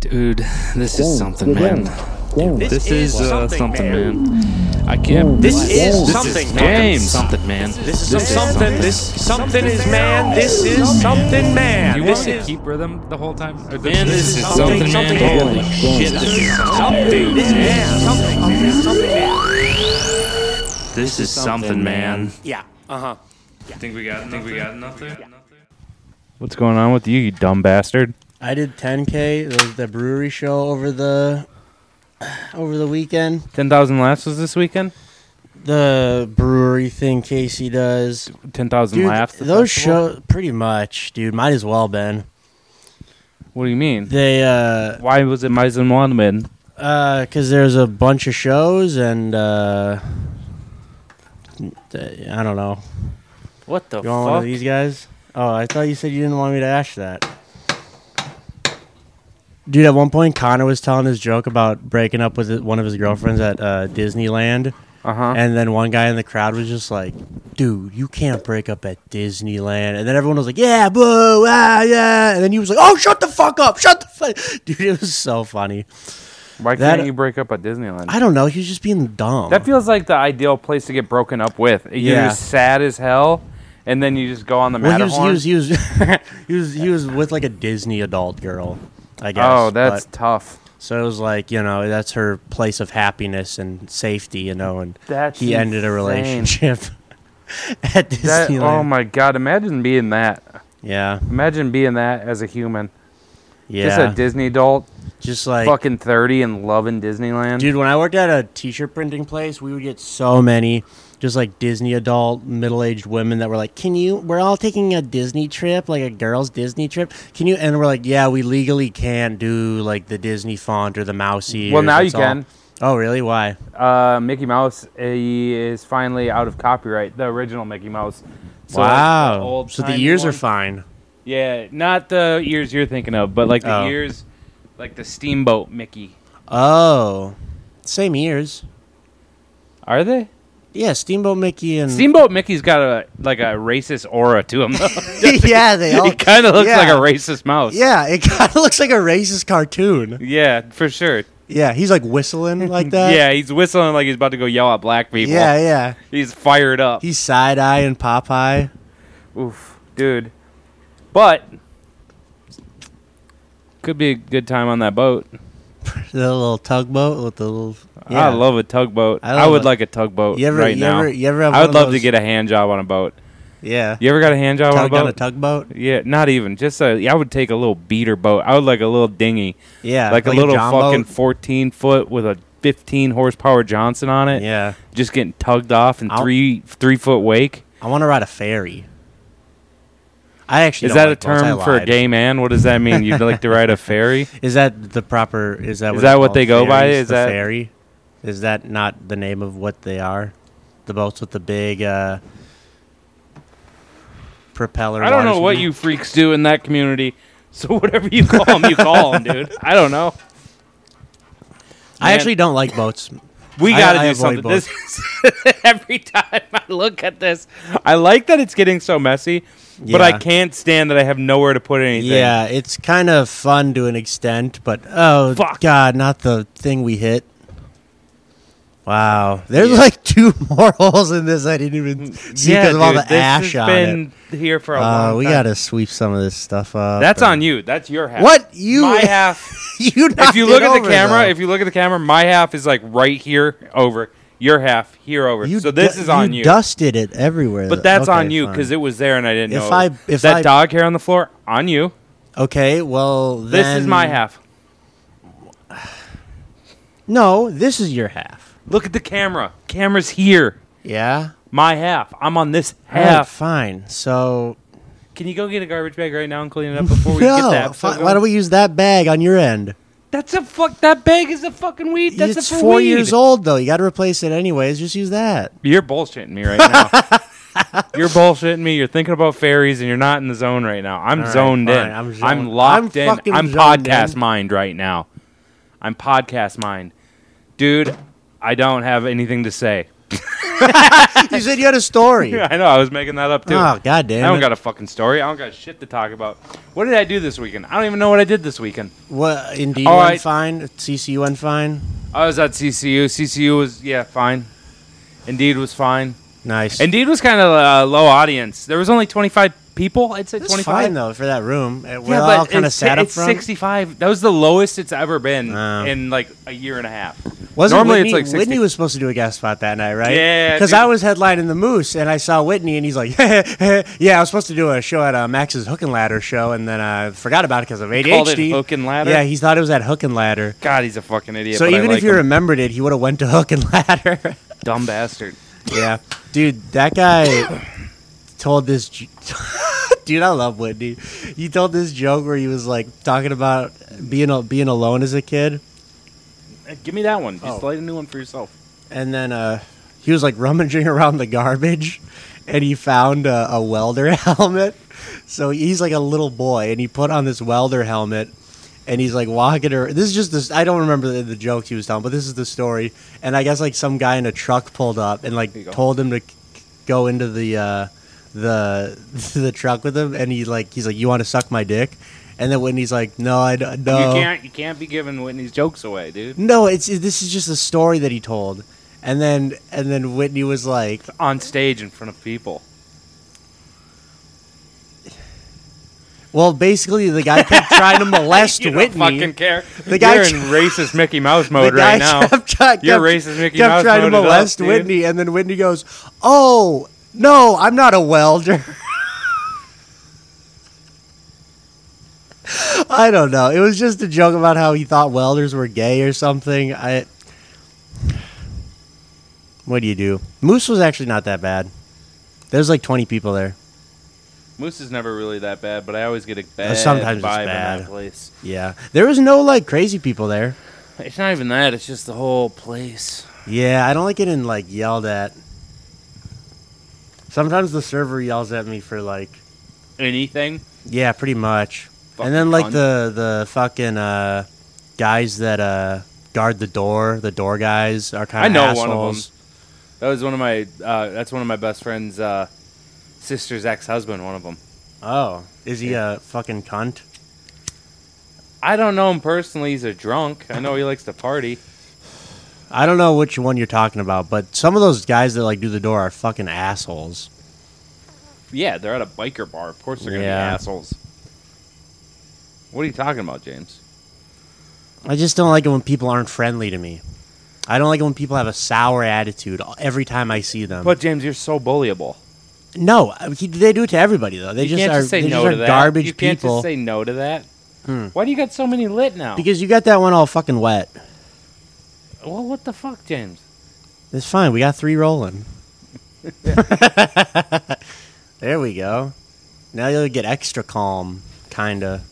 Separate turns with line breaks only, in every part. Dude, this is something, man.
This,
This is uh,
something,
something,
man.
man. I can't.
This is
this
something,
is
man.
damn something, man.
This is something. This something is man. This is something man.
You
This
want to
is
keep rhythm the whole time? Or
Man, this is
something,
something,
something,
man.
man.
Holy shit, this is
something. This is man. Something.
This
This is something man.
is something, man.
Yeah. Uh huh.
Think we got? Think we got nothing?
What's going on with you, you dumb bastard?
I did 10k. It was the brewery show over the over the weekend.
10,000 laughs was this weekend?
The brewery thing Casey does.
10,000
Dude,
laughs? the
those
festival?
show pretty much, dude. Might as well been.
What do you mean?
They uh
Why was it Mais and Wandman?
uh cuz there's a bunch of shows and uh th- I don't know.
What the
You want one of these guys? Oh, I thought you said you didn't want me to ask that. Dude, at one point Connor was telling his joke about breaking up with one of his girlfriends at uh, Disneyland.
Uh huh.
And then one guy in the crowd was just like, dude, you can't break up at Disneyland. And then everyone was like, yeah, boo, ah, yeah. And then he was like, oh, shut the fuck up, shut the fuck Dude, it was so funny.
Why
that-
can't you break up at Disneyland?
I don't know. He was just being dumb.
that feels like the ideal place to get broken up with. You're
Yeah.
just sad as hell, and then you just go on the
well, he was,
Matterhorn.
he was, he was, he was, he was with like a Disney adult girl, I guess.
oh, that's
But-
tough.
so it was like, you know, that's her place of happiness and safety, you know, and
That's
he ended a
insane.
relationship at Disneyland.
That- oh my god! Imagine being that.
yeah.
Imagine being that as a human. Just
Yeah.
a Disney adult,
just like
fucking thirty and loving Disneyland.
Dude, when I worked at a t-shirt printing place, we would get so many just like Disney adult middle-aged women that were like, "Can you? We're all taking a Disney trip, like a girls' Disney trip. Can you?" And we're like, "Yeah, we legally can't do like the Disney font or the mouse ears."
Well, now you
It's all-
can.
Oh, really? Why?
Uh, Mickey Mouse he is finally out of copyright. The original Mickey Mouse. So, like, the
wow.
old
So the
timey
ears are
one.
fine.
Yeah, not the ears you're thinking of, but like the
Oh.
ears, like the Steamboat Mickey.
Oh, same ears.
Are they?
Yeah, Steamboat Mickey and
Steamboat Mickey's got a like a racist aura to him. though.
yeah, they all
he kind of looks
yeah.
like a racist mouse.
Yeah, it kind of looks like a racist cartoon.
Yeah, for sure.
Yeah, he's like whistling like that.
yeah, he's whistling like he's about to go yell at black people.
Yeah, yeah.
He's fired up.
He's side eye and Popeye.
Oof, dude. But could be a good time on that boat.
The little tugboat with the little.
I love a tugboat.
I
I,
love
would
it.
like a tugboat
You ever-
right
you
now.
ever- you ever have
I
one
would
of
love to
those-
get a hand job on a boat.
Yeah.
You ever got a hand job on a
Tug on a
boat?
tugboat.
yeah, not even. Just a. yeah, I would take a little beater boat. I would like a little dinghy,
Yeah.
like, a little
John
fucking
boat.
fourteen foot with a fifteen horsepower Johnson on it.
Yeah.
just getting tugged off in
I'll-
three three foot wake.
I want to ride a ferry. I actually
Is
don't
that
like
a
boats, I
term for a
lied.
gay man? What does that mean? You'd like to ride a ferry?
Is that the proper? Is that
Is
what
that
they're
what
called?
they go by?
Ferries,
Is
the
that-
ferry? Is that not the name of what they are? The boats with the big uh, propeller.
I don't know
waters-
what you freaks do in that community. So whatever you call them, you call them, dude. I don't know.
I
Man.
actually don't like boats.
We
I-
got
I
to do
avoid
something.
both.
This is- every time I look at this, I like that it's getting so messy, but I
Yeah.
can't stand that I have nowhere to put anything.
Yeah, it's kind of fun to an extent, but oh
Fuck.
god, not the thing we hit. Wow, there's like two more holes in this. I didn't even see
Mm, yeah,
because of all
dude,
the
this
ash
has
on it.
been here for a
Uh,
long
we
time.
gotta sweep some of this stuff up.
That's
and-
on you. That's your half.
What you?
My half.
you?
if you look at the camera, if you look at the camera, my half is like right here over. Your half here over. so this is on you.
Dusted it everywhere,
But
though.
that's
Okay,
on you because
fine.
it was there and I didn't
If
know.
I- if
that
I-
dog hair on the floor on you.
okay. Well,
This is
then-
my half.
No, this is your half.
Look at the camera. Camera's here.
Yeah.
My half. I'm on this
All right,
half.
fine. So
Can you go get a garbage bag right now and clean it up before we
no.
get that?
fi- why don't we use that bag on your end?
That's a fuck. That bag is a fucking weed. That's
it's
a
four
weed.
years old though. You got to replace it anyways. Just use that.
You're bullshitting me right now. you're bullshitting me. You're thinking about fairies and you're not in the zone right now. I'm
All right,
zoned
fine.
in.
I'm
I'm,
zoned-
locked
I'm
in.
fucking
I'm
zoned
podcast
in.
mind right now. I'm podcast mind. Dude, I don't have anything to say.
you said you had a story.
I know. I was making that up too.
Oh god damn!
I don't
it.
got a fucking story. I don't got shit to talk about. What did I do this weekend? I don't even know what I did this weekend.
What indeed
All
one
right.
fine? CCU one fine?
I was at CCU. CCU was yeah fine. Indeed was fine.
Nice.
Indeed was kind of uh, low audience. There was only twenty five people. I'd say
That's
twenty
fine
five.
though for that room. Uh, We're all kind of
it's,
sat up
it's
front.
65. That was the lowest it's ever been
Oh.
in like a year and a half.
Wasn't
normally it's
Whitney,
like 60.
Whitney was supposed to do a guest spot that night, right?
Yeah,
Because
dude.
I was headlining the Moose, and I saw Whitney, and he's like, "Yeah, I was supposed to do a show at uh, Max's Hook and Ladder show, and then I forgot about it because of ADHD."
Called it Hook and Ladder?
Yeah, he thought it was at Hook and Ladder.
God, he's a fucking idiot.
so
but I
even
like
if you
him.
remembered it, he would have went to Hook and Ladder.
dumb bastard.
yeah, dude, that guy told this. j- Dude, I love Whitney. He told this joke where he was like talking about being al- being alone as a kid.
Hey, Give me that one. Just
Oh.
light a new one for yourself.
and then uh, he was like rummaging around the garbage and he found a, a welder helmet so he's like a little boy and he put on this welder helmet and he's like walking her this is just this i don't remember the, the jokes he was telling but this is the story and i guess like some guy in a truck pulled up and
There you
like
go.
told him to c- go into the uh the the truck with him and he like he's like you want to suck my dick and then when he's like no i don't no
You can't. You can't be giving Whitney's jokes away, dude.
no it's it- this is just a story that he told and then and then whitney was like
On stage in front of people.
Well, basically, the guy kept trying to molest
you
Whitney.
Don't fucking care.
The guy
You're
tr-
in racist Mickey Mouse
the
mode
guy
right now.
kept, try- kept,
You're racist Mickey
kept
Mouse
trying to
mode it up,
molest
dude.
Whitney, and then Whitney goes, "Oh no, I'm not a welder." I don't know. It was just a joke about how he thought welders were gay or something. I. What do you do? Moose was actually not that bad. There's like 20 people there.
Moose is never really that bad, but I always get a bad
Uh, sometimes it's
vibe in
bad.
that place.
Yeah, there was no like crazy people there.
It's not even that. It's just the whole place.
Yeah, I don't like getting like yelled at. Sometimes the server yells at me for like,
Anything.
yeah, pretty much.
Fucking
and then like
cunt.
the the fucking uh, guys that uh, guard the door, the door guys are kind of
I know
assholes.
one of That was one of my. Uh, that's one of my best friend's uh, sister's ex-husband. One of them.
Oh, is he a fucking cunt?
I don't know him personally. He's a drunk. I know he likes to party.
I don't know which one you're talking about, but some of those guys that like do the door are fucking assholes.
Yeah, they're at a biker bar. Of course, they're gonna
Yeah.
be assholes. What are you talking about, James?
I just don't like it when people aren't friendly to me. I don't like it when people have a sour attitude every time I see them.
But James, you're so bullyable.
No, I mean, he- they do it to everybody though. They
You
just
can't
are
just say
they
no
just
to
are
that.
garbage
you can't
people.
just say no to that.
Hmm.
Why do you got so many lit now?
because you got that one all fucking wet.
well, what the fuck, James?
It's fine. We got three rolling. there we go. Now you'll get extra calm, kinda.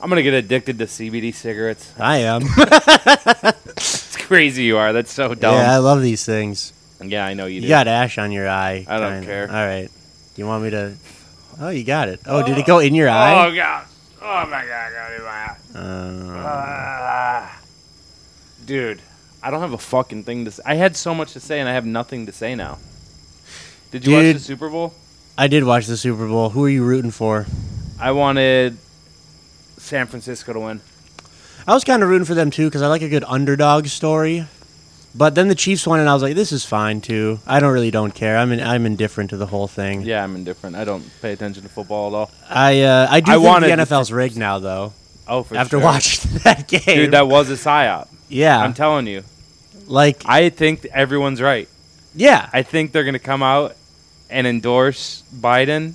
I'm gonna get addicted to CBD cigarettes.
I am.
It's crazy you are. That's so dumb.
Yeah, I
Yeah,
love these things.
I know you
You
do.
got ash on your eye.
I don't care.
All right. You want me to? Oh, you got it. Oh, did it go in your eye?
Oh god. Oh my god. God, in my eye.
Uh,
Dude, I don't have a fucking thing to. Say. I had so much to say, and I have nothing to say now. Did you watch
Dude.
the Super Bowl?
I did watch the Super Bowl. Who are you rooting for?
I wanted San Francisco to win.
I was kind of rooting for them too because I like a good underdog story. But then the Chiefs won, and I was like, "This is fine too. I don't really don't care. I'm in, I'm indifferent to the whole thing.
Yeah, I'm indifferent. I don't pay attention to football at all.
I uh, I do
I
think
wanted
the
the
NFL's rigged now though.
Oh, for
after
sure.
watching that game,
dude, that was a psyop.
yeah,
I'm telling you.
like
I think everyone's right.
yeah,
I think they're gonna come out and endorse Biden,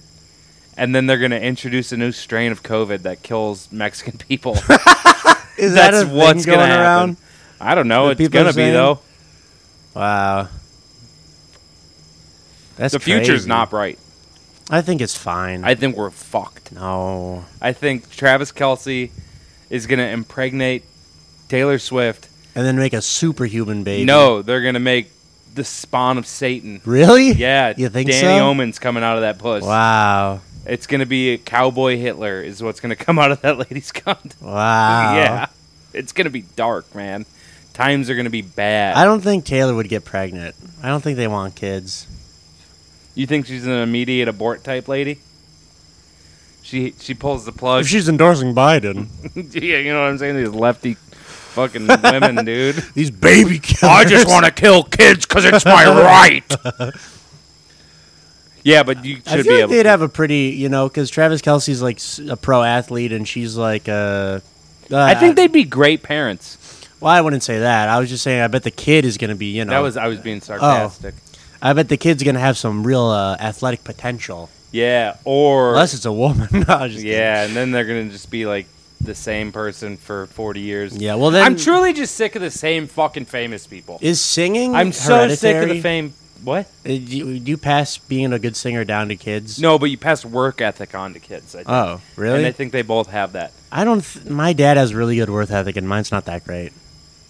and then they're gonna introduce a new strain of COVID that kills Mexican people.
is that
That's
a
what's
thing going
gonna
around?
happen. I don't know.
That
it's
people are
gonna be
saying?
though.
Wow, that's
the future's
crazy.
not bright.
I think it's fine.
I think we're fucked.
no,
I think Travis Kelsey is gonna impregnate Taylor Swift.
and then make a superhuman baby.
No, they're gonna make the spawn of Satan.
really?
Yeah,
You think
Danny
so?
Omen's coming out of that puss.
Wow,
It's gonna be a cowboy Hitler is what's gonna come out of that lady's cunt.
wow,
Yeah, it's gonna be dark, man. Times are going to be bad.
I don't think Taylor would get pregnant. I don't think they want kids.
You think she's an immediate abort type lady? She she pulls the plug.
If she's endorsing Biden,
yeah, you know what I'm saying? These lefty fucking women, dude.
these baby killers.
to kill kids because it's my right. yeah, but you should
I
be
feel like
able.
they'd have a pretty, you know, because Travis Kelsey's like s- a pro athlete and she's like a. Uh,
I think they'd be great parents.
Well, I wouldn't say that. I was just saying. I bet the kid is going to be, you know.
That was I was
Oh.
being sarcastic.
I bet the kid's going to have some real uh, athletic potential.
Yeah, or
Unless it's a woman. no, I was just kidding.
yeah, and then they're gonna just be like the same person for 40 years.
Yeah. Well, then
I'm truly just sick of the same fucking famous people.
Is singing?
I'm so sick of the
hereditary?
fame. What?
Uh, Do you, do you pass being a good singer down to kids?
No, but you pass work ethic on to kids. I think.
Oh,
And
really?
I think they both have that.
I don't. Th- my dad has really good worth ethic, and mine's not that great.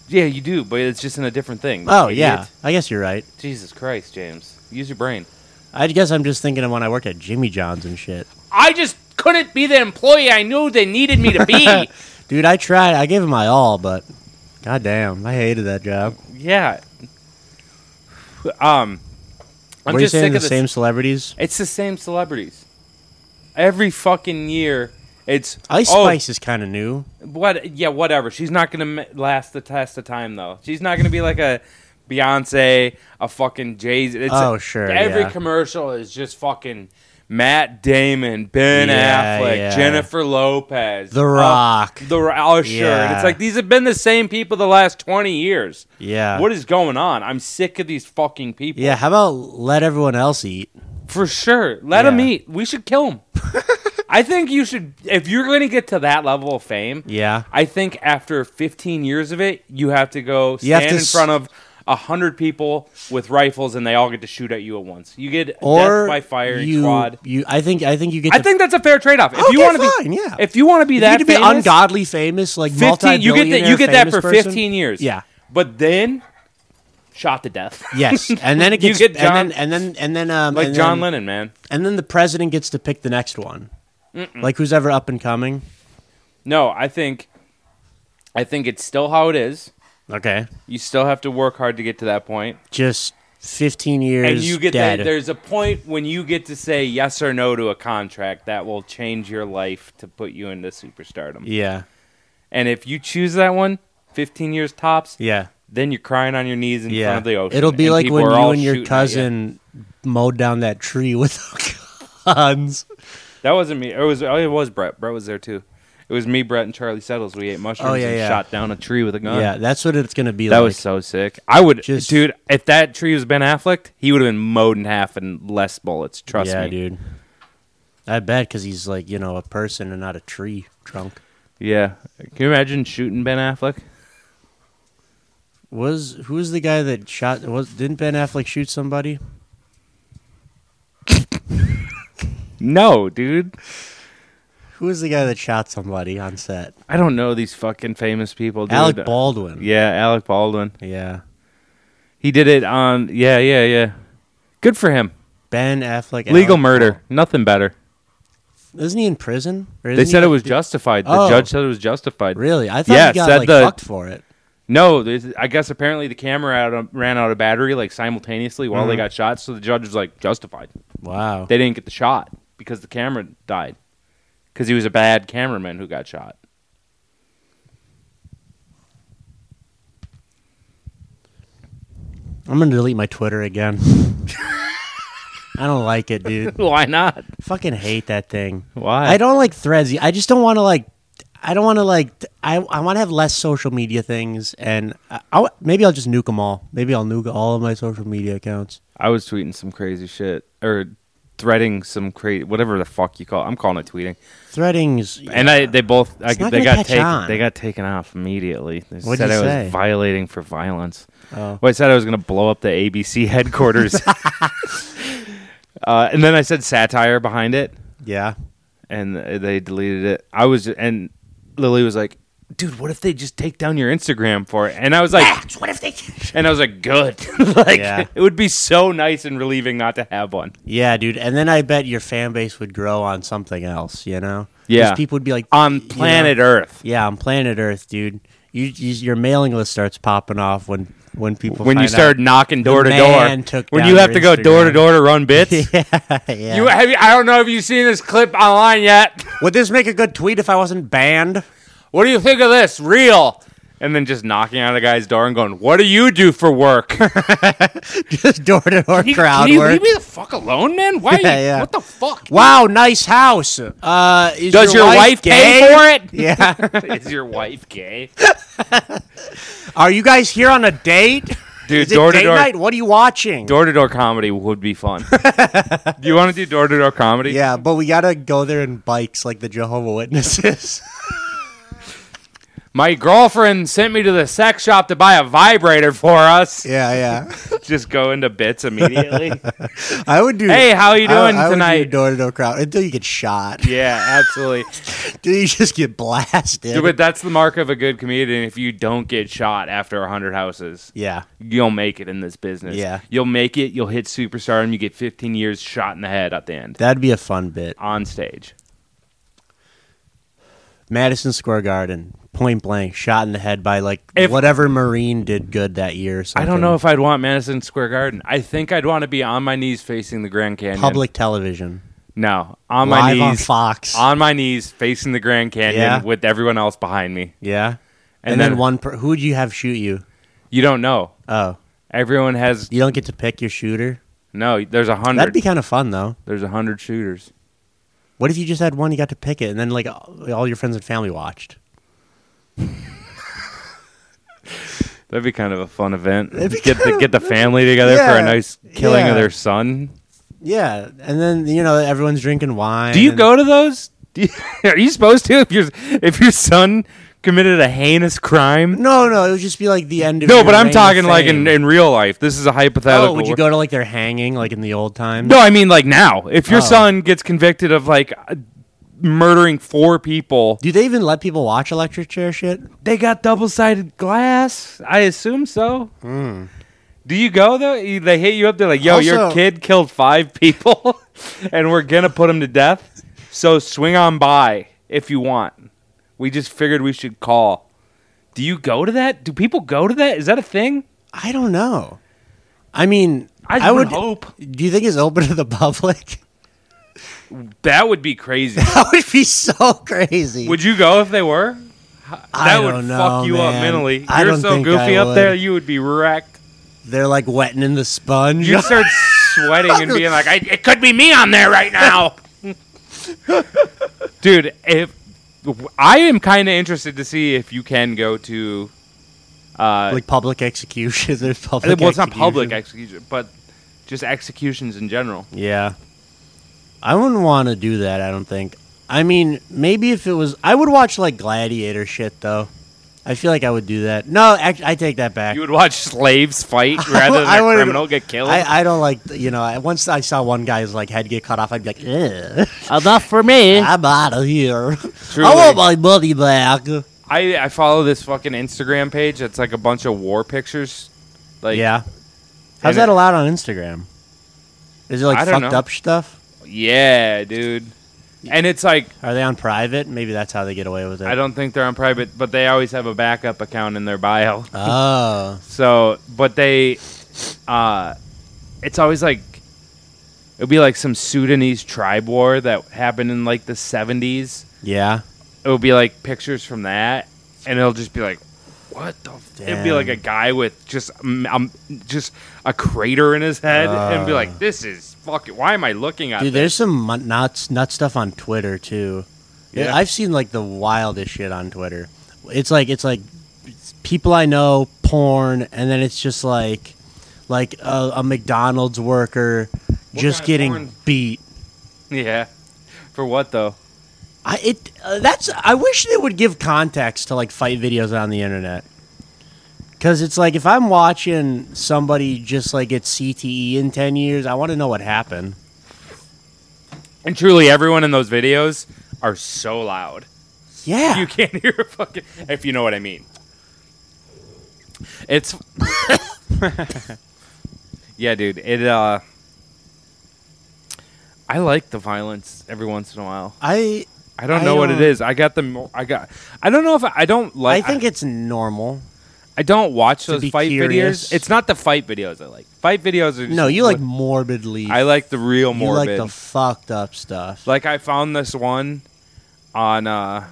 Yeah, you do, but it's just in a different thing.
Oh
idiot.
yeah, I guess you're right.
Jesus Christ, James. Use your brain.
I guess I'm just thinking of when I worked at Jimmy John's and shit.
I just couldn't be the employee I knew they needed me to be.
Dude, I tried. I gave it my all, but goddamn, I hated that job.
yeah. Um, I'm
Were you
just
saying
sick
the
of the
same celebrities?
It's the same celebrities. Every fucking year, it's
Ice
oh,
Spice is kind of new.
What? Yeah, whatever. She's not gonna ma- last the test of time, though. She's not gonna be like a Beyonce, a fucking Jay Z.
Oh, sure,
Every
yeah.
commercial is just fucking Matt Damon, Ben
Yeah,
Affleck,
yeah.
Jennifer Lopez,
The
uh,
Rock.
the Ro- oh sure. And
Yeah.
It's like these have been the same people the last twenty years.
Yeah.
What is going on? I'm sick of these fucking people.
yeah, how about let everyone else eat?
For sure. Let
Yeah.
him eat. We should kill him. I think you should, if you're going to get to that level of fame,
Yeah.
I think after 15 years of it, you have to go
You have
stand
to
in
s-
front of a hundred people with rifles, and they all get to shoot at you at once. You get
Or
death by fire and
you,
squad.
you. I think. I think you get.
I
to,
think that's a fair trade-off. If you
Okay,
want to
fine,
be,
yeah.
if you want to be
you
that
get to be
famous,
ungodly famous, like
15, you get that, you get that for 15 years.
Yeah.
but then shot to death,
Yes, and then it
You
gets
get John-
and then and then and then um,
like
and
John
then,
Lennon, man.
and then the president gets to pick the next one, like who's ever up and coming.
No, I think, I think it's still how it is.
Okay,
You still have to work hard to get to that point,
just fifteen years.
and you get
dead.
that. There's a point when you get to say yes or no to a contract that will change your life to put you into superstardom.
yeah,
And if you choose that one, 15 years tops,
yeah,
then you're crying on your knees in
yeah.
front of the ocean.
It'll be
and
like
people
when
are
you
all
and your
shooting at you.
cousin mowed down that tree with guns.
That wasn't me. It was. Oh, it was Brett. Brett was there too. It was me, Brett, and Charlie Settles. We ate mushrooms
Oh, yeah,
and
yeah.
shot down a tree with a gun.
Yeah, that's what it's gonna be.
That
like.
was so sick. I would,
Just-
dude. If that tree was Ben Affleck, he would have been mowed in half and less bullets. Trust
yeah,
me,
dude. I bet because he's like you know a person and not a tree trunk.
Yeah. Can you imagine shooting Ben Affleck?
Was who was the guy that shot? Was didn't Ben Affleck shoot somebody?
No, dude.
Who was the guy that shot somebody on set?
I don't know these fucking famous people. Dude.
Alec Baldwin.
Yeah, Alec Baldwin.
Yeah.
He did it on. Yeah, yeah, yeah. Good for him.
Ben Affleck.
Legal
Alec
murder. Nothing better.
Baldwin. Isn't he in prison? Or
They
isn't
said
he-
it was justified. The
Oh.
judge said it was justified.
Really? I thought
Yeah,
he got
said
like
the-
fucked for it.
No, there's- I guess apparently the camera out of, ran out of battery like simultaneously while they got shot, so the judge was like justified.
Wow.
They didn't get the shot because the camera died because he was a bad cameraman who got shot.
I'm gonna delete my Twitter again. I don't like it, dude.
Why not?
Fucking hate that thing.
Why?
I don't like threads. I just don't want to like. I don't want to like. I I want to have less social media things, and I, I, maybe I'll just nuke them all. Maybe I'll nuke all of my social media accounts.
I was tweeting some crazy shit or threading some crazy whatever the fuck you call it. I'm calling it tweeting.
Threadings.
And I they both I,
It's not
they
gonna
got
catch
taken
on.
they got taken off immediately. They
What'd
said
you
I was
say?
violating for violence.
Oh.
Well, I said I was going to blow up the ABC headquarters. uh, and then I said satire behind it
yeah.
and they deleted it. I was and Lily was like, "Dude, what if they just take down your Instagram for it?" And I was like,
What if they?
and I was like, "Good." like
Yeah.
it would be so nice and relieving not to have one.
Yeah, dude. And then I bet your fan base would grow on something else, you know?
Yeah.
'Cause people would be like,
on
you know?
planet Earth.
Yeah, on planet Earth, dude. you, you your mailing list starts popping off when when people
when you
find
start
out.
knocking door to
man
door,
took
when
down
you
your
have to go door to
Instagram.
door to run bits.
yeah.
You have you, I don't know if you've seen this clip online yet.
Would this make a good tweet if I wasn't banned?
What do you think of this? Real. And then just knocking on the guy's door and going, "What do you do for work?"
Just door to door crowd
Can you
work.
leave me the fuck alone, man? Why?
Yeah, yeah.
What the fuck?
Wow, nice house. Uh, is
Does your, wife,
gay?
pay for it?
Yeah.
Is your wife gay?
Are you guys here on a date?
Dude,
Is it
door to
date
door,
night? What are you watching?
door to door comedy would be fun. do you want to do door to door comedy?
yeah, but we gotta go there in bikes like the Jehovah Witnesses.
My girlfriend sent me to the sex shop to buy a vibrator for us.
yeah, yeah.
Just go into bits immediately.
I would do.
Hey, how you
I-
doing
I would do
tonight?
Door to door crowd until you get shot.
yeah, absolutely.
Dude, you just get blasted.
Dude, but that's the mark of a good comedian. If you don't get shot after 100 houses,
yeah,
you'll make it in this business.
Yeah.
You'll make it, you'll hit superstar, and you get 15 years shot in the head at the end
that'd be a fun bit.
on stage.
Madison Square Garden, point blank, shot in the head by like
If-
whatever Marine did good that year. or
I
something.
don't know if I'd want Madison Square Garden. I think I'd want to be on my knees facing the Grand Canyon.
public television
No, on my
live
knees.
on Fox.
on my knees facing the Grand Canyon
Yeah.
with everyone else behind me.
yeah, and,
And
then,
then-
one. Per- who would you have shoot you?
You don't know.
Oh,
Everyone has
you don't get to pick your shooter.
no. There's a
That'd
hundred.
be kind of fun though.
there's a hundred shooters.
What if you just had one? You got to pick it, and then like all your friends and family watched.
That'd be kind of a fun event.
That'd be
Get
kind
the
of-
get the family together for a
Yeah,
nice killing
yeah.
of their son.
Yeah, and then you know everyone's drinking wine.
Do you
and-
go to those? Do you, are you supposed to if your if your son committed a heinous crime?
No, no, it would just be like the end of.
No,
your
but
reign
I'm
of
talking like
fame.
in, in real life. This is a hypothetical.
Oh, would you go to like their hanging, like in the old times?
No, I mean like now. If your
Oh.
son gets convicted of like uh, murdering four people,
Do they even let people watch electric chair shit?
they got double sided glass. I assume so. Do you go though? You- They hit you up. They're like, "Yo, your
Hmm. Also-
kid killed five people, and we're gonna put him to death. So swing on by if you want." We just figured we should call. Do you go to that? Do people go to that? Is that a thing?
I don't know. I mean,
I just
would
would hope.
Do you think it's open to the public?
That would be crazy.
that would be so crazy.
would you go if they were?
I
That would
don't know,
fuck you up
man.
mentally.
I
You're
don't
so
think
goofy
I
up there,
would.
you would be wrecked.
They're like wetting in the sponge.
You'd start sweating and being like, I, it could be me on there right now. Dude, if I am kind of interested to see if you can go to. Uh,
like public execution. There's public.
well, it's not public
execution.
execution, but just executions in general.
Yeah. I wouldn't want to do that, I don't think. I mean, maybe if it was I would watch like gladiator shit though. I feel like I would do that. No, actually, I take that back.
You would watch slaves fight rather than
I
a
would-
criminal get killed.
I, I don't like you know. I, once I saw one guy's like head get cut off, I'd be like, "Ugh,
Enough for me.
"I'm out of here. I
Truly.
want my money back."
I, I follow this fucking Instagram page that's like a bunch of war pictures. Like,
yeah, how's
and
that
it-
allowed on Instagram? Is it
I
like
don't
fucked
know.
up stuff?
Yeah, dude. And it's like
Are they on private? Maybe that's how they get away with it.
I don't think they're on private, but they always have a backup account in their bio.
Oh,
So, but they, uh, it's always like it'd be like some Sudanese tribe war that happened in like the seventies.
yeah.
It would be like pictures from that, and it'll just be like, what the? F-? It'd be
Damn.
like a guy with just um, um, just a crater in his head, and be like, this is fucking. Why am I looking at
Uh. Dude,
this?
there's some mon- nuts nut stuff on Twitter too.
Yeah.
I've seen like the wildest shit on Twitter. It's like it's like it's people I know, porn, and then it's just like like a, a McDonald's worker just
kind of
getting
porn?
beat.
Yeah, for what though?
I it uh, that's I wish they would give context to like fight videos on the internet. Cause it's like if I'm watching somebody just like get CTE in ten years, I want to know what happened.
And truly, everyone in those videos are so loud.
Yeah,
You can't hear a fucking. If you know what I mean. It's. yeah, dude. It, uh. I like the violence every once in a while.
I
I don't
I
know what it
don't-
is. I got the. mo- I got. I don't know if I, I don't
I
like.
think it's normal.
I don't watch those
be
fight
curious.
videos. It's not the fight videos I like. Fight videos are just
No, you like
what-
morbidly.
I like the real
you
morbid.
like the fucked up stuff.
Like I found this one on uh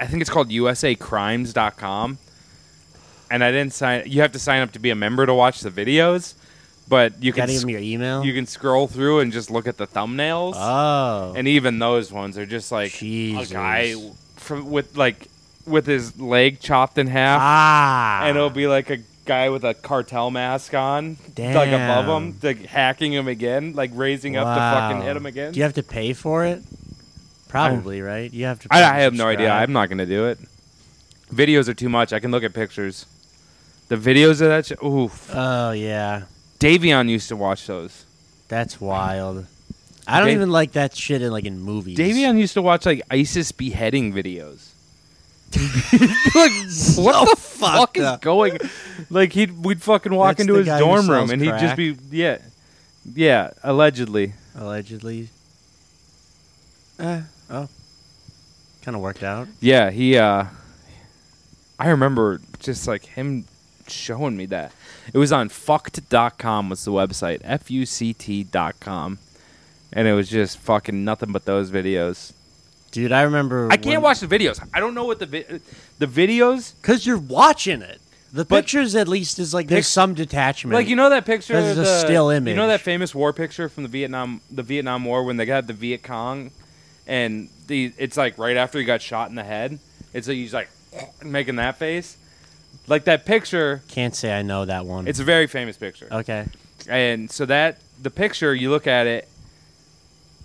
I think it's called usacrimes.com and I didn't sign you have to sign up to be a member to watch the videos, but you can
Gotta give them
sc-
your email.
you can scroll through and just look at the thumbnails
oh,
and even those ones are just like
Jesus.
a guy from, with like with his leg chopped in half
ah,
and it'll be like a guy with a cartel mask on, like above him,
Damn.
like hacking him again, like raising up to fucking
Wow.
hit him again.
Do you have to pay for it? Probably, right? You have to.
I, I
pay to
have no idea.
subscribe.
I'm not going to do it. Videos are too much. I can look at pictures. The videos of that shit. Ooh,
Oh yeah,
Davion used to watch those.
that's wild. I don't
Dav-
even like that shit in like in movies.
Davion used to watch like ISIS beheading videos. like, what the fuck
fucked
is
up.
going? Like he, would we'd fucking walk
That's
into
the
his
guy who
dorm room
sells
and he'd just
crack.
be yeah, yeah, allegedly.
allegedly. Eh, oh, kind of worked out.
Yeah, he. uh I remember just like him showing me that. It was on fucked.com was the website. F U C T dot com. And it was just fucking nothing but those videos.
Dude, I remember.
I can't watch the videos. I don't know what the vi- the videos
because you're watching it. The
But-
pictures, at least, is like
Pic-
there's some detachment.
like you know that picture
This
of
is a
the-
still
You
image.
know that famous war picture from the Vietnam the Vietnam War when they got the Viet Cong and the it's like right after he got shot in the head. It's like he's like making that face. Like that picture
can't say I know that one.
It's a very famous picture.
okay.
And so that the picture you look at it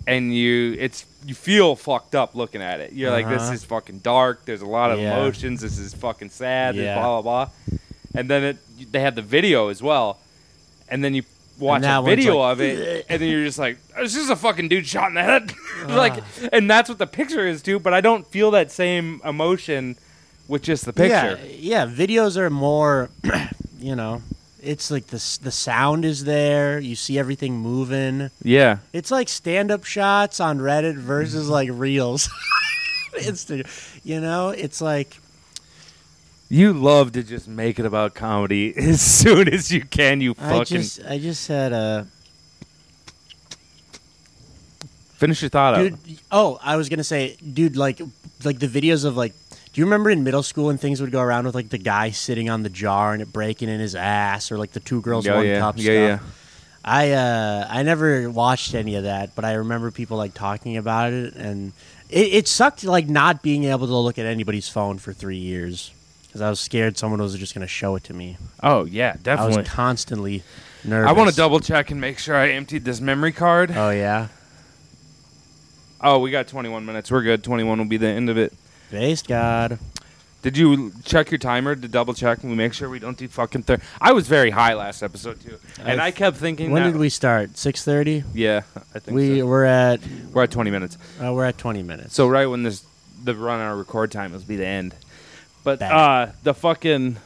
and you it's you feel fucked up looking at it. You're like this
Uh-huh.
is fucking dark. There's a lot of
Yeah.
emotions. This is fucking sad. There's
Yeah.
blah blah blah. And then it they have the video as well. And then you watch
And that
a
one's
video
like,
of it and then you're just like "Oh, this is a fucking dude shot in the head.
Uh.
like and that's what the picture is too, but I don't feel that same emotion with just the picture.
Yeah, yeah. Videos are more, you know, it's like the s- the sound is there. You see everything moving.
yeah.
It's like stand up shots on Reddit versus like reels. Instagram. You know, it's like
You love to just make it about comedy as soon as you can. You
I
fucking
just I just had a
finish your thought
dude.
out.
Oh, I was gonna say, dude, like like the videos of like. Do you remember in middle school when things would go around with like the guy sitting on the jar and it breaking in his ass, or like the two girls
Yeah,
one
Oh, yeah,
cup
yeah,
stuff?
yeah.
I uh, I never watched any of that, but I remember people like talking about it, and it, it sucked like not being able to look at anybody's phone for three years because I was scared someone was just going to show it to me.
Oh yeah,
I
definitely.
was constantly
I,
nervous.
want to double check and make sure I emptied this memory card.
Oh yeah,
Oh, we got 21 minutes. We're good. 21 will be the end of it.
based God.
Did you check your timer to double check and we make sure we don't do fucking third? I was very high last episode too, and
I-
I kept thinking.
When
that-
did we start? Six thirty.
Yeah, I think
We
so.
we're at
we're at 20 minutes.
uh, we're at twenty minutes.
So right when this the run our record time will be the end. But
Bang.
uh the fucking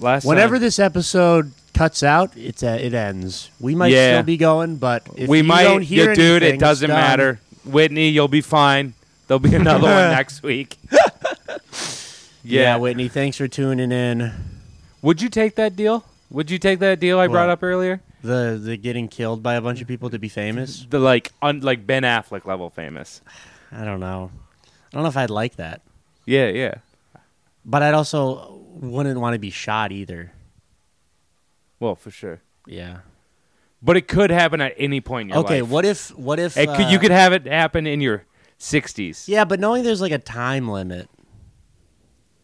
last
whenever
time-
this episode cuts out, it's uh, it ends. We might
Yeah.
still be going, but if
we
you
might
don't hear
yeah, dude,
anything,
it
it's
doesn't
done.
matter. Whitney, you'll be fine. There'll be another one next week.
yeah,
yeah.
Whitney, thanks for tuning in.
Would you take that deal? Would you take that deal I brought
What?
up earlier?
The the getting killed by a bunch of people to be famous.
The like un, like Ben Affleck level famous.
I don't know. I don't know if I'd like that,
Yeah, yeah.
but I'd also wouldn't want to be shot either.
Well, for sure.
Yeah.
But it could happen at any point in your
Okay.
life.
What if? What if?
It could, you
uh,
could have it happen in your 60s.
Yeah, but knowing there's like a time limit,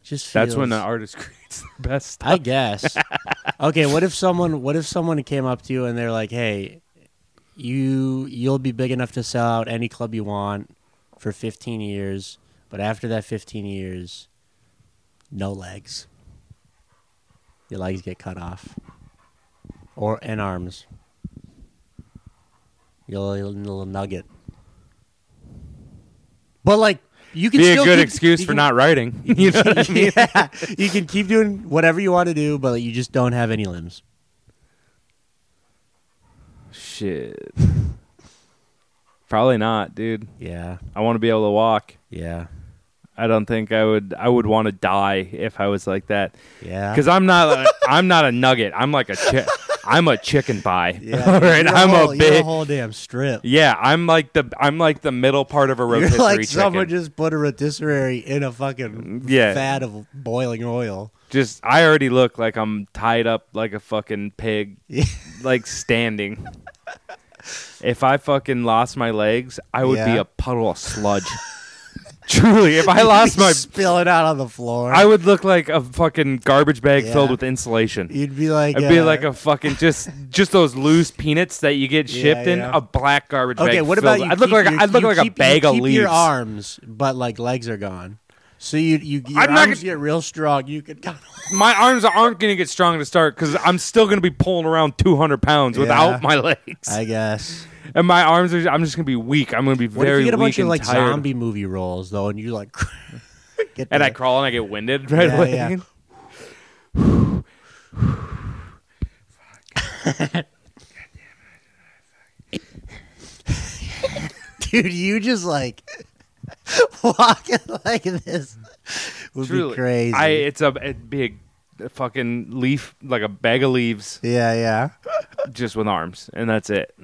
just feels,
That's when the artist creates their best stuff.
I guess. okay. What if someone? What if someone came up to you and they're like, "Hey, you you'll be big enough to sell out any club you want for 15 years, but after that 15 years, no legs. Your legs get cut off, or and arms. You're a little, little nugget. But like." You can
Be a
still
good
keep-
excuse
you
for
can-
not writing. You know what I mean?
yeah, you can keep doing whatever you want to do, but you just don't have any limbs.
Shit. Probably not, dude.
Yeah.
I want to be able to walk.
Yeah.
I don't think I would. I would want to die if I was like that.
Yeah.
Because I'm not. A, I'm not a nugget. I'm like a. Chi- I'm a chicken pie.
Yeah.
All right.
You're
I'm
whole,
a
you're
big.
whole damn strip.
Yeah. I'm like the. I'm like the middle part of a
You're
rotisserie
like
chicken.
someone just put a rotisserie in a fucking
Yeah.
fat of boiling oil.
just. I already look like I'm tied up like a fucking pig,
Yeah.
like standing. if I fucking lost my legs, I would be
Yeah.
a puddle of sludge. Truly, if I lost my.
spill it out on the floor.
I would look like a fucking garbage bag
Yeah.
filled with insulation.
You'd be like,
It'd be
uh,
like a fucking just just those loose peanuts that you get
Yeah,
shipped in
yeah.
a black garbage bag.
Okay, what
filled-
about you?
I'd look
keep
like
your-
i I'd look
you
like
keep-
a bag
you
of
keep
leaves.
Your arms, but like legs are gone. So you you your
I'm
arms
not gonna-
get real strong. You could kind
My arms aren't going to get strong to start because I'm still going to be pulling around 200 pounds
Yeah.
without my legs,
I guess.
and my arms are. I'm just going to be weak. I'm going to be
What
very
if you get a
weak
bunch of
and
like
tired.
zombie movie roles though, and you like get
and I
the-
crawl and I get winded right
Yeah,
away.
yeah. dude, you just like walking like this would
Truly,
be crazy.
I it's a it'd be a- a fucking leaf like a bag of leaves.
yeah, yeah.
just with arms, and that's it.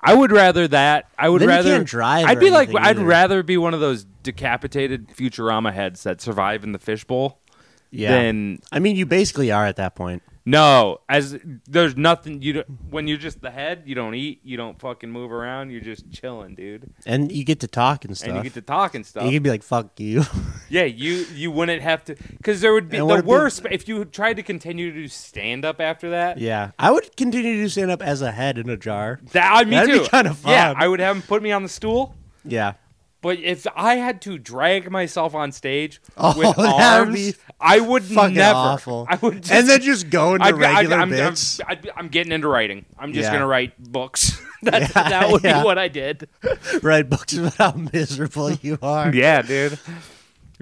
I would rather that. I would
Then you
rather
can't drive or
I'd be like
anything
I'd
either.
rather be one of those decapitated Futurama heads that survive in the fishbowl.
Yeah.
Then
I mean, you basically are at that point.
no, as there's nothing you don't, when you're just the head, you don't eat, you don't fucking move around, you're just chilling, dude.
And you get to talk and stuff.
And you get to talk and stuff.
You could be like, fuck you.
yeah, you you wouldn't have to because there would be
And what
the
if you-
worst if you tried to continue to do stand up after that.
yeah. I would continue to stand up as a head in a jar.
that I, me
That'd be
too.
kinda
Yeah,
fun.
I would have him put me on the stool.
Yeah.
But if I had to drag myself on stage
Oh,
with
that would be
arms, I would
Fucking
never.
awful.
I would just,
and then just go into
I'd- I'd-
regular
I'm, I'm,
bits.
I'd be- I'm getting into writing. I'm just
Yeah.
gonna write books. That's,
Yeah,
that would
yeah.
be what I did.
Write books about how miserable you are.
Yeah, dude.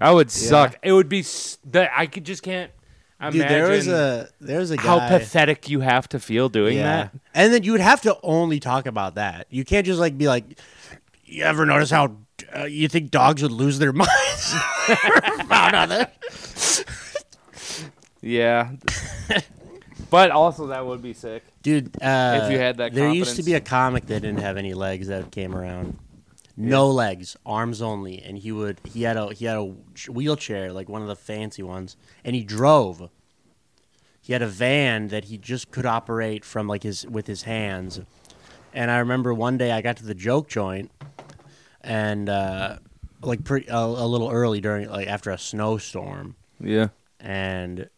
I would suck. It would be s- that I could just can't
Dude,
imagine
there was a there was a guy.
how pathetic you have to feel doing
yeah.
that.
And then you would have to only talk about that. You can't just like be like, you ever notice how uh, you think dogs would lose their minds about other?
Yeah. but also that would be sick.
Dude, uh,
If you had that
there used to
confidence.
be a comic that didn't have any legs that came around. No legs, arms only, and he would he had a he had a wheelchair like one of the fancy ones, and he drove. He had a van that he just could operate from like his with his hands, and I remember one day I got to the joke joint, and uh, like pretty a, a little early during like after a snowstorm,
Yeah.
and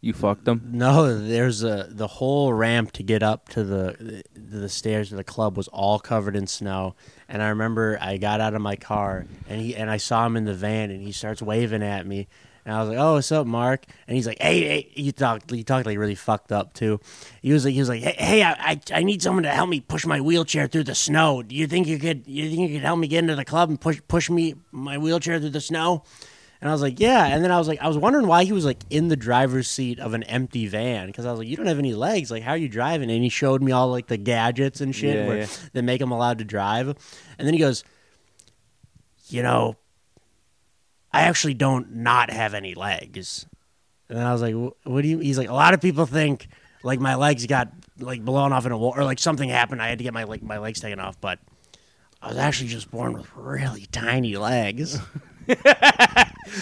You fucked them.
no, there's a the whole ramp to get up to the the, the stairs to the club was all covered in snow. And I remember I got out of my car and he and I saw him in the van and he starts waving at me. And I was like, "Oh, what's up, Mark?" And he's like, "Hey, hey," he talked. He talked like really fucked up too. He was like, "He was like, hey, hey I, I, I need someone to help me push my wheelchair through the snow. Do you think you could, you think you could help me get into the club and push, push me my wheelchair through the snow?" And I was like, yeah. And then I was like, I was wondering why he was like in the driver's seat of an empty van because I was like, you don't have any legs. Like, how are you driving? And he showed me all like the gadgets and shit
Yeah,
where,
yeah.
that make him allowed to drive. And then he goes, you know, I actually don't not have any legs. And I was like, "Wh- what do you? He's like, a lot of people think like my legs got like blown off in a wall or like something happened. I had to get my like my legs taken off, but I was actually just born with really tiny legs.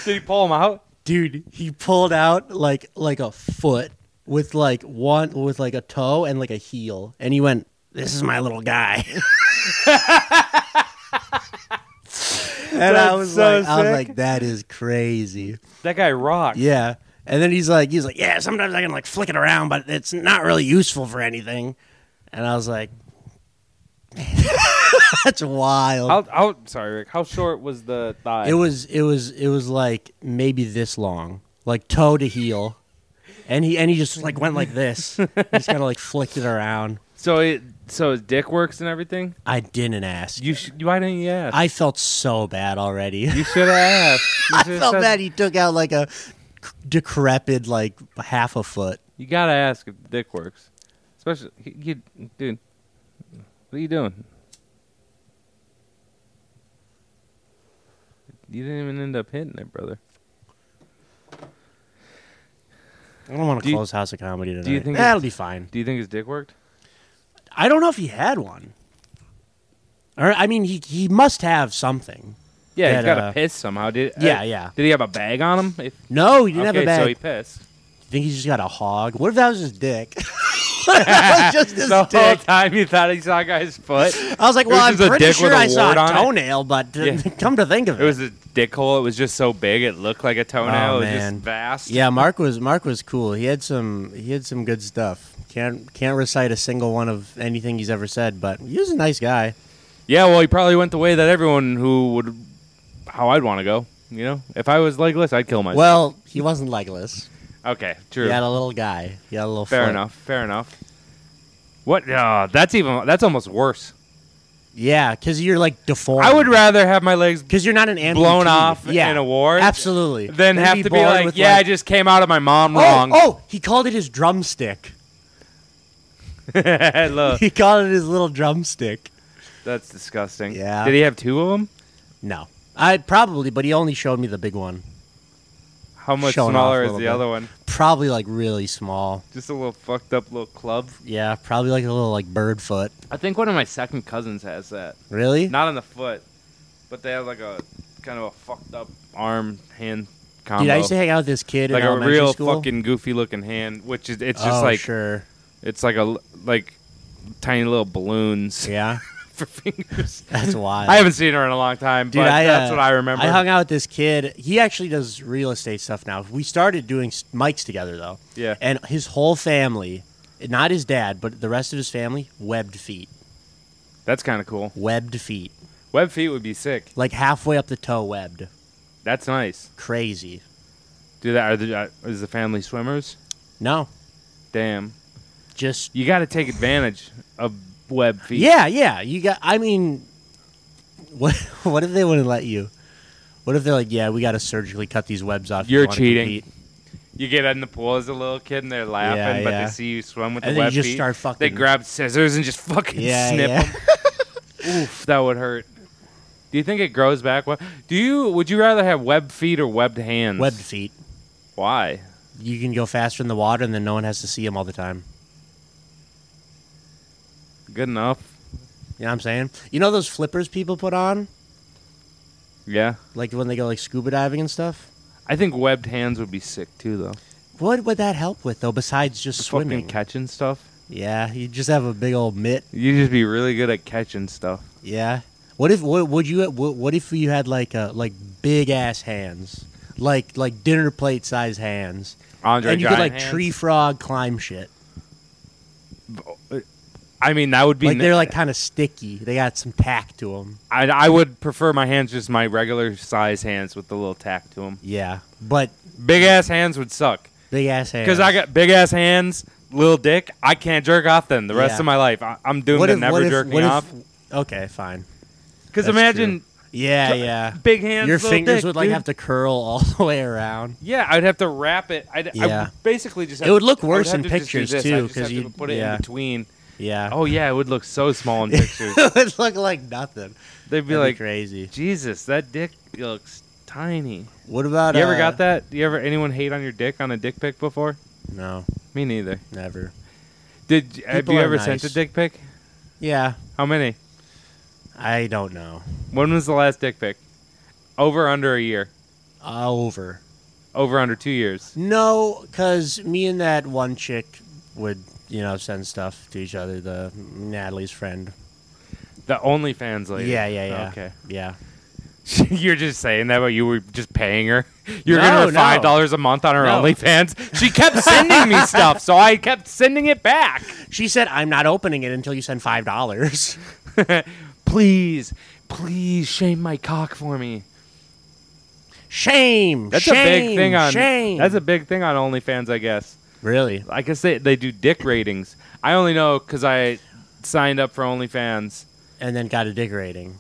Did he pull them out?
dude he pulled out like like a foot with like one with like a toe and like a heel and he went this is my little guy and
That's
i was
so
like i was
sick.
like that is crazy
That guy rocked.
yeah and then he's like he's like yeah sometimes i can like flick it around but it's not really useful for anything and i was like that's wild
How, how sorry, Rick? How short was the thigh?
It was it was it was like maybe this long, like toe to heel, and he and he just like went like this. he just kind of like flicked it around.
so it so his dick works and everything.
I didn't ask.
You sh- why didn't you ask?
I felt so bad already.
you should have asked. You
I
should've
felt
said-
bad. He took out like a decrepit like half a foot.
You gotta ask if the dick works, especially you, you- dude. What are you doing? You didn't even end up hitting it, brother.
I don't want
Do
to
you-
close House of Comedy tonight.
do you think it's-
that'll be fine?
Do you think his dick worked?
I don't know if he had one. Or I mean, he he must have something.
Yeah,
That,
he's got
uh,
to piss somehow. Did
yeah,
uh,
yeah.
Did he have a bag on him? If,
No, he didn't have
okay,
a bag.
so he pissed.
think he's just got a hog. What if that was his dick? What if that was just his
The whole
dick.
time you thought he saw a guy's foot.
I was like,
It was
well, I'm
just a
pretty
dick
sure
with a
I saw
wart
a
on it.
toenail, but uh,
Yeah.
come to think of
It
it,
was a dick hole. It was just so big it looked like a toenail.
Oh,
it was
man.
just vast.
yeah, Mark was Mark was cool. He had some he had some good stuff. Can't can't recite a single one of anything he's ever said, but he was a nice guy.
Yeah, well, he probably went the way that everyone who would, how I'd want to go. You know, if I was legless, I'd kill myself.
Well, he wasn't legless.
okay, true.
He had a little guy. He had a little.
fair
foot.
enough. Fair enough. What? Uh, that's even. That's almost worse.
Yeah, because you're like deformed.
I would rather have my legs
because you're not an amputee.
blown off
Yeah,
in a ward
absolutely.
than
You'd
have to be
born
like,
with,
yeah, I
like-
just came out of my mom
oh,
wrong.
Oh, he called it his drumstick.
Look,
He called it his little drumstick.
that's disgusting.
Yeah.
Did he have two of them?
No, I probably, but he only showed me the big one.
How much
Showing off
smaller
a
is the
little bit.
other one?
Probably like really small.
Just a little fucked up little club.
Yeah, probably like a little like bird foot.
I think one of my second cousins has that.
Really?
Not on the foot, but they have like a kind of a fucked up arm hand combo.
Dude, I used to hang out with this kid
like
in
a
elementary
real
school.
fucking goofy looking hand, which is it's just
oh,
like
sure.
it's like a l- like tiny little balloons
Yeah,
for fingers.
that's wild.
I haven't seen her in a long time,
Dude,
but
I,
that's
uh,
what I remember.
I hung out with this kid. He actually does real estate stuff now. We started doing s- mics together though.
Yeah.
And his whole family, not his dad, but the rest of his family, webbed feet.
That's kind of cool.
Webbed feet.
Web feet would be sick.
Like halfway up the toe webbed.
That's nice.
Crazy.
Do that. Are the uh, is the family swimmers?
No.
Damn,
Just
you got to take advantage of web feet.
Yeah, yeah. You got I mean what what if they wouldn't let you? What if they're like, yeah, we got to surgically cut these webs off. if you
You're
wanna
cheating.
compete."
You get in the pool as a little kid and they're laughing,
Yeah,
but
yeah.
they see you swim with
And
the
then you
web
just
feet.
start
They
fucking-
grab scissors and just fucking
Yeah,
snip
yeah.
'em. Oof, that would hurt. Do you think it grows back? What do you? Would you rather have webbed feet or webbed hands?
Webbed feet.
Why?
You can go faster in the water, and then no one has to see them all the time.
Good enough.
You know what I'm saying? You know those flippers people put on,
Yeah,
like when they go like scuba diving and stuff.
I think webbed hands would be sick too, though.
What would that help with though, besides just
Fucking
swimming?
catching stuff.
yeah, you just have a big old mitt.
You just be really good at catching stuff.
Yeah. What if what would you what, what if you had like uh like big ass hands, like like dinner plate size hands,
Andre
and you could
Giant
like
hands.
tree frog climb shit.
I mean, that would be
Like
na-
they're like kind of sticky. They got some tack to them.
I, I would prefer my hands just my regular size hands with the little tack to them.
Yeah, but
Big ass hands would suck.
big ass hands.
Because I got big ass hands, little dick. I can't jerk off then the rest
Yeah.
of my life. I, I'm doomed
What
to
if-
never
what if-
jerking
what if-
off.
Okay, fine.
Because
that's
imagine
Yeah,
Ju-
yeah.
big hands,
Your
little
fingers
dick,
would like
dude.
have to curl all the way around.
Yeah, I'd have to wrap it. I'd, I
Yeah.
would basically just.
It
Have
would look
I
worse
have to
in
just do
pictures,
this. I
too,
just have
'cause
to
you-
put it
yeah.
in between.
Yeah.
Oh yeah, it would look so small in pictures.
it would look like nothing.
They'd be
That'd
like,
crazy.
Jesus, that dick looks tiny.
What about
You ever
uh,
got that? You ever anyone hate on your dick on a dick pic before?
No,
Me neither.
never.
Did have
People
you
are
ever sent
nice.
a dick pic?
Yeah,
How many?
I don't know.
When was the last dick pic? Over under a year.
Over.
Ah, Over under two years.
No, because me and that one chick would, you know, send stuff to each other. The Natalie's friend.
The OnlyFans lady.
Yeah, yeah, yeah.
Okay.
Yeah.
You're just saying that, but you were just paying her. You're
No,
giving her
no.
five dollars a month on her
No.
OnlyFans. She kept sending me stuff, so I kept sending it back.
She said, "I'm not opening it until you send five dollars."
please, please shame my cock for me.
Shame.
That's a
shame,
big thing on.
Shame.
That's a big thing on OnlyFans, I guess.
really.
Like I say, they do dick ratings. I only know because I signed up for OnlyFans.
And then got a dick rating.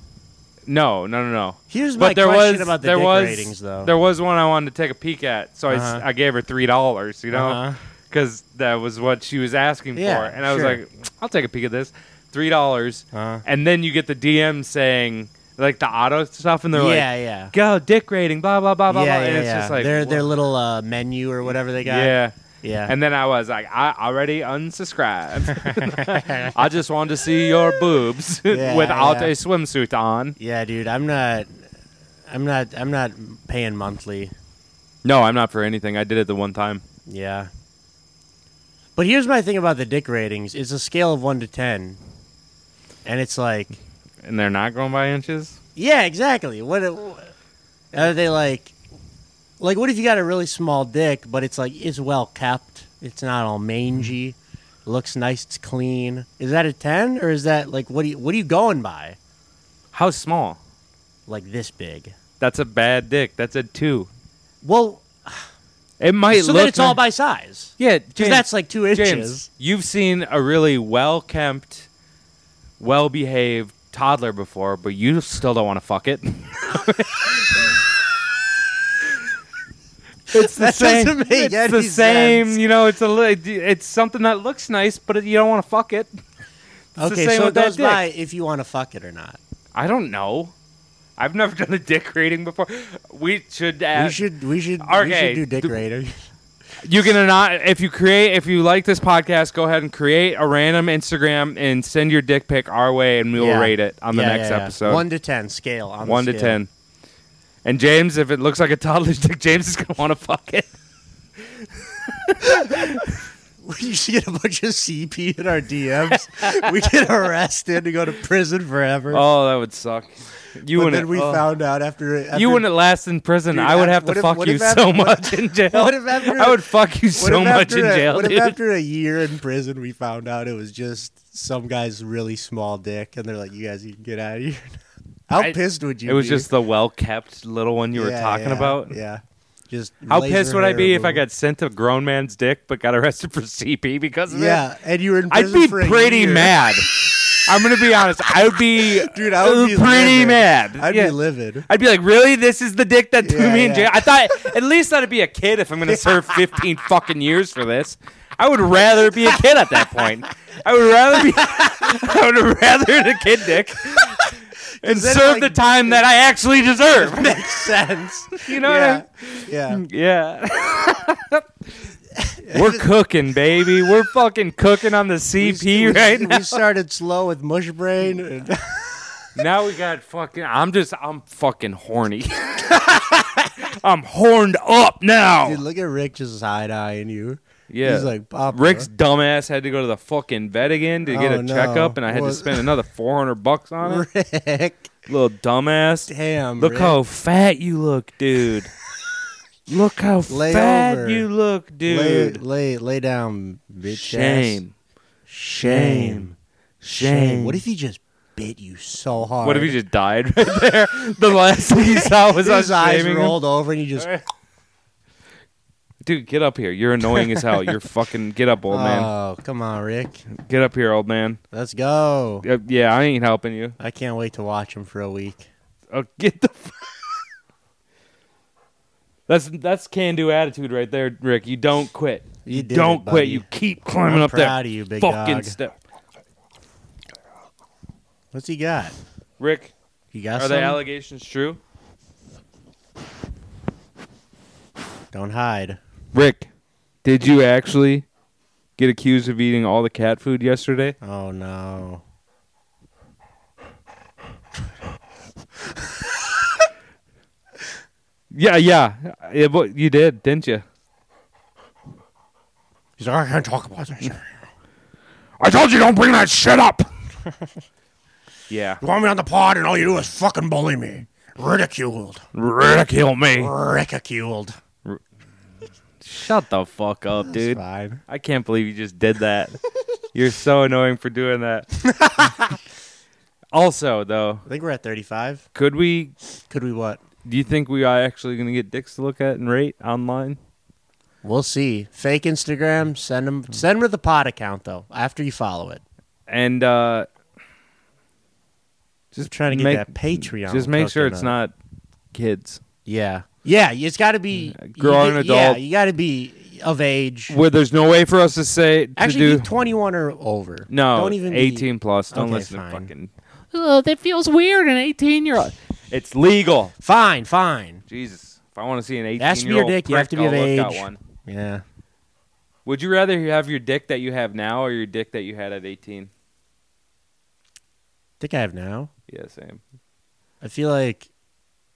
No, no, no, no.
Here's my
But there
question
was
about the
there
dick
was
ratings, though.
there was one I wanted to take a peek at, so I s I
Uh-huh.
I, gave her three dollars, you know,
Uh-huh.
because that was what she was asking
Yeah,
for, and I was
sure.
like, I'll take a peek at this, three dollars,
Uh-huh.
and then you get the DM saying like the auto stuff, and they're
yeah,
like,
yeah.
"Go dick rating," blah blah blah blah
yeah,
blah,
yeah,
and it's
yeah.
just like
their
"Whoa."
their little uh, menu or whatever they got.
yeah.
yeah.
And then I was like, I already unsubscribed. I just wanted to see your boobs
Yeah,
without
yeah.
a swimsuit on.
yeah, dude, I'm not, I'm not, I'm not paying monthly.
No, I'm not for anything. I did it the one time.
Yeah. But here's my thing about the dick ratings: it's a scale of one to ten, and it's like,
And they're not going by inches?
yeah, exactly. What uh, are they like? Like, what if you got a really small dick, but it's like it's well kept, it's not all mangy, looks nice, it's clean. Is that a ten, or is that like what? Are you, what are you going by?
How small?
Like this big?
That's a bad dick. That's a two.
Well,
It might
so
look
then it's all by size.
Yeah,
Because
James,
that's like two inches.
James, you've seen a really well kept, well behaved toddler before, but you still don't want to fuck it. it's the
That
same.
doesn't make
it's
any
the same.
sense.
You know, it's a li- it's something that looks nice, but it, you don't want to fuck it. the
okay,
same
so it
with that
goes
dick.
by if you want to fuck it or not.
I don't know. I've never done a dick rating before. We should. Add,
we should we should we
okay,
should do dick
the-
rating.
You can not if you create if you like this podcast, go ahead and create a random Instagram and send your dick pic our way, and we will
Yeah.
rate it on the
Yeah,
next
yeah, yeah.
episode.
One to ten scale on the
One to
scale.
ten. And James, if it looks like a toddler's dick, James is gonna want to fuck it.
you should get a bunch of CP in our DMs. we get arrested and go to prison forever.
Oh, that would suck. You
but
wouldn't.
then we
oh.
found out after, after
you wouldn't last in prison.
Dude,
I would
I-
have to
what if-
fuck
what
you
if
so
after- what-
much in jail.
what if after-
I would fuck you
What
so
if
much
after
in
a-
jail,
What
dude.
if after a year in prison we found out it was just some guy's really small dick, and they're like, "You guys, you can get out of here." How
I-
pissed would you?
it was
be?
just the well kept little one you were
Yeah,
talking
yeah,
about.
Yeah, just
How
laser
pissed would I
hair
be if I
removal.
got sent to a grown man's dick but got arrested for CP because of it?
Yeah, and you were in
I'd
prison
be
for a
pretty
year.
mad. I'm gonna be honest. I would be uh,
dude. I would be
pretty
livid.
mad.
I'd
Yeah.
be livid.
I'd be like, really? This is the dick that threw
Yeah,
me in
yeah.
jail? I thought at least I'd be a kid if I'm going to serve 15 fucking years for this. I would rather be a kid at that point. I would rather be. I would rather eat a kid dick and
then,
serve
like,
the time that I actually deserve.
Makes sense.
You know
yeah,
what
yeah.
I mean? Yeah. We're cooking, baby. We're fucking cooking on the
We-
CP right
we,
now.
we started slow with mush brain. and-
Now we got fucking. I'm just. I'm fucking horny. I'm horned up now.
Dude, look at Rick just side eyeing you.
Yeah.
He's like, Papa.
Rick's dumbass had to go to the fucking vet again to get
Oh,
a
no.
checkup, and I had
Well-
to spend another four hundred bucks on it.
Rick.
Little dumbass.
Damn.
Look
Rick.
how fat you look, dude. look how
Lay
fat
over.
you look,
Lay,
dude.
lay, lay down, bitch. ass.
Shame.
Shame.
Shame. Shame.
What if he just bit you so hard?
What if he just died right there? the last thing he saw was us
his eyes
shaming him.
rolled over and you just.
Dude, get up here. You're annoying as hell. You're fucking get up, old man.
Oh, come on, Rick.
Get up here, old man.
Let's go.
Uh, Yeah, I ain't helping you.
I can't wait to watch him for a week.
Oh, get the. F- that's that's can do attitude right there, Rick. You don't quit.
You did
don't
it,
quit.
buddy.
You keep climbing
I'm
up
proud
that
of you, big
fucking
dog.
step.
What's he got?
Rick,
You got
are
some?
the allegations true?
Don't hide.
Rick, did you actually get accused of eating all the cat food yesterday?
Oh no.
Yeah, yeah. Yeah, but you did, didn't you?
He's like, I can't talk about this. You
I told you don't bring that shit up. yeah,
want me on the pod, and all you do is fucking bully me, ridiculed,
ridicule me.
ridiculed.
Shut the fuck up, dude.
Fine.
I can't believe you just did that. You're so annoying for doing that. also, though,
I think we're at 35.
could we?
Could we what?
Do you think we are actually going to get dicks to look at and rate online?
We'll see. Fake Instagram. Send them. Send them to the pod account though. After you follow it.
And uh,
Just trying to get
make-
that Patreon.
just make sure
cooking
it's
up.
not kids
Yeah. Yeah. It's got to be
grown
you, get- Yeah.
adult.
You got to be of age.
where there's no way for us to say to
Actually,
do.
be 21 or over.
no,
Don't even be-
18 plus. Don't
Okay,
listen
fine.
to fucking. oh, that feels weird. An 18 year old. It's legal.
Fine, fine.
Jesus. If I want to see an 18
That's
year old
your dick. You have to be of
look at
age.
one.
Yeah.
Would you rather have your dick that you have now or your dick that you had at 18?
Dick I have now.
Yeah, same.
I feel like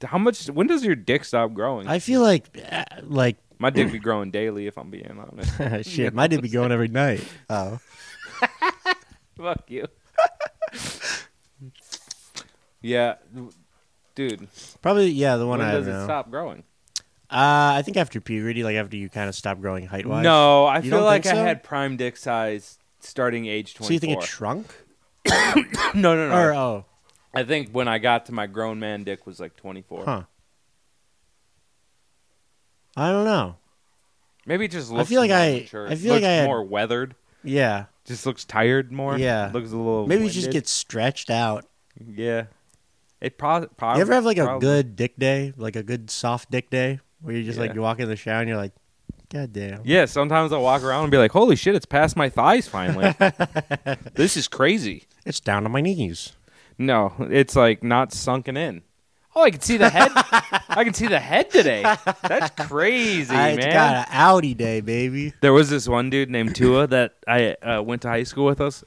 How much? When does your dick stop growing?
I feel like uh, like
My dick be growing daily, if I'm being honest.
shit. Mine did be going every night. Oh.
Fuck you. yeah, dude.
Probably yeah, the one
When
I have
does it
now. Uh,
stop growing?
I think after puberty, like after you kind of stop growing height wise.
No, I
You
feel
don't
like
think
I
so?
had prime dick size starting age 24.
So you think it shrunk?
no, no, no.
Or oh,
I think when I got to my grown man dick was like 24.
huh? I don't know.
Maybe it just looks
feel like
more
I-
mature.
I feel
Looks
like I had-
more weathered.
Yeah,
Just looks tired more.
Yeah.
Looks a little
maybe you just
winded.
get stretched out.
Yeah. It probably
You ever have like a
probably,
good dick day, like a good soft dick day, where you just
Yeah.
like you walk in the shower and you're like, God damn.
Yeah, sometimes I walk around and be like, "Holy shit, it's past my thighs finally." this is crazy.
It's down to my knees.
No, it's like not sunken in. Oh, I can see the head. I can see the head today. That's crazy,
I
man.
Ah, got an Audi day, baby.
There was this one dude named Tua that I uh, went to high school with us.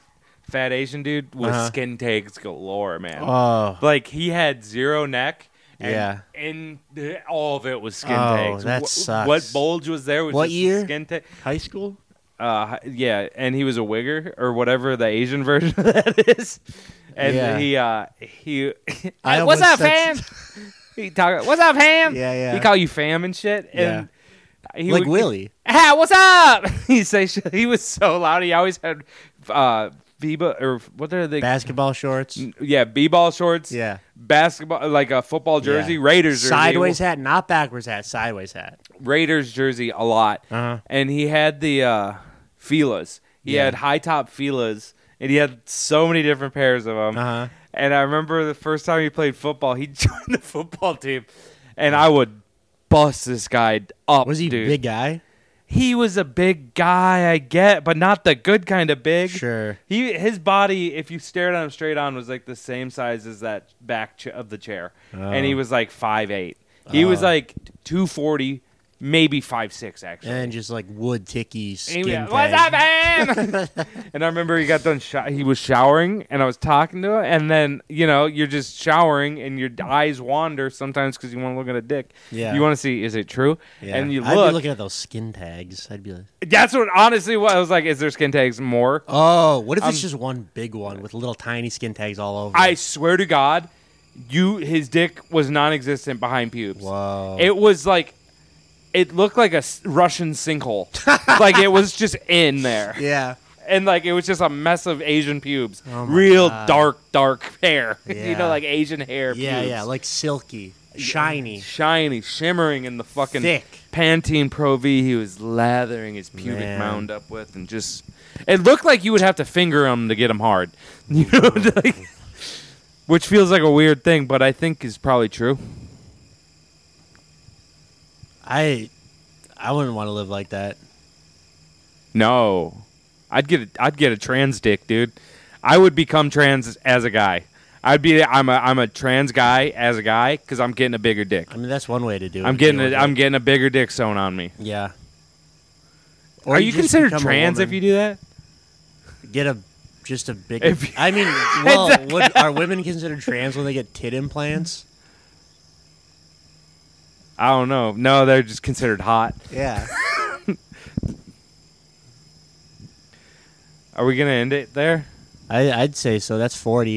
Fat Asian dude with
Uh-huh.
skin tags galore, man.
Oh,
like he had zero neck. And,
Yeah.
and the- all of it was skin
Oh,
tags.
that
Wh-
sucks.
What bulge was there was
What
just
year?
skin tag.
high school?
uh, yeah, and he was a wigger or whatever the Asian version of that is. And
Yeah.
he, uh, he,
I
Hey, what's up,
almost
fam?
said-
he talk, what's up, fam?
Yeah, yeah.
He call you fam and shit. And he
like
would-
Willie.
Ah, what's up? he say shit. he was so loud. He always had, uh, FIBA or what are they?
Basketball shorts.
yeah, b-ball shorts.
Yeah.
basketball like a football jersey,
Yeah.
Raiders jersey,
Sideways hat, not backwards hat, sideways hat.
Raiders jersey a lot.
Uh-huh.
And he had the uh, Fila's. He
Yeah.
had high top Fila's, and he had so many different pairs of them.
Uh-huh.
And I remember the first time he played football, he joined the football team, and I would bust this guy up.
Was he
dude.
big guy?
He was a big guy, I get, but not the good kind of big.
Sure.
He his body, if you stared at him straight on, was like the same size as that back ch- of the chair,
Oh.
and he was like five eight. He was like two forty, maybe five six actually.
And just like wood
And
ticky
he
skin.
was like, What's
tag.
up, man? and I remember he got done. Sho- he was showering, and I was talking to him. And then you know, you're just showering, and your eyes wander sometimes because you want to look at a dick.
Yeah.
You want to see is it true?
Yeah.
And you
I'd be
look.
looking at those skin tags. I'd be like,
that's what honestly what I was like. Is there skin tags more?
oh, what if it's just one big one with little tiny skin tags all over?
Um, I
it?
swear to God, you his dick was non-existent behind pubes.
Whoa.
It was like it looked like a s- Russian sinkhole. like it was just in there.
yeah.
And like it was just a mess of Asian pubes.
Oh my
Real
God.
dark dark hair. you
Yeah.
know like Asian hair
Yeah,
pubes.
yeah. Like silky, shiny.
Shiny, shimmering in the fucking
Thick.
Pantene Pro V he was lathering his pubic
Man.
mound up with and just it looked like you would have to finger him to get him hard. You know like, which feels like a weird thing, but I think is probably true.
I I wouldn't want to live like that.
No, I'd get a, I'd get a trans dick, dude. I would become trans as a guy. I'd be I'm a I'm a trans guy as a guy because I'm getting a bigger dick.
I mean, that's one way to do it.
I'm
if you
getting a,
want to-
I'm getting a bigger dick sewn on me.
Yeah.
Are you
just
considered
become a
trans if
woman.
you do that?
get a just a big?
If you-
I mean, well, would, are women considered trans when they get tit implants?
I don't know. No, they're just considered hot.
Yeah.
Are we gonna end it there?
I, I'd say so. That's forty.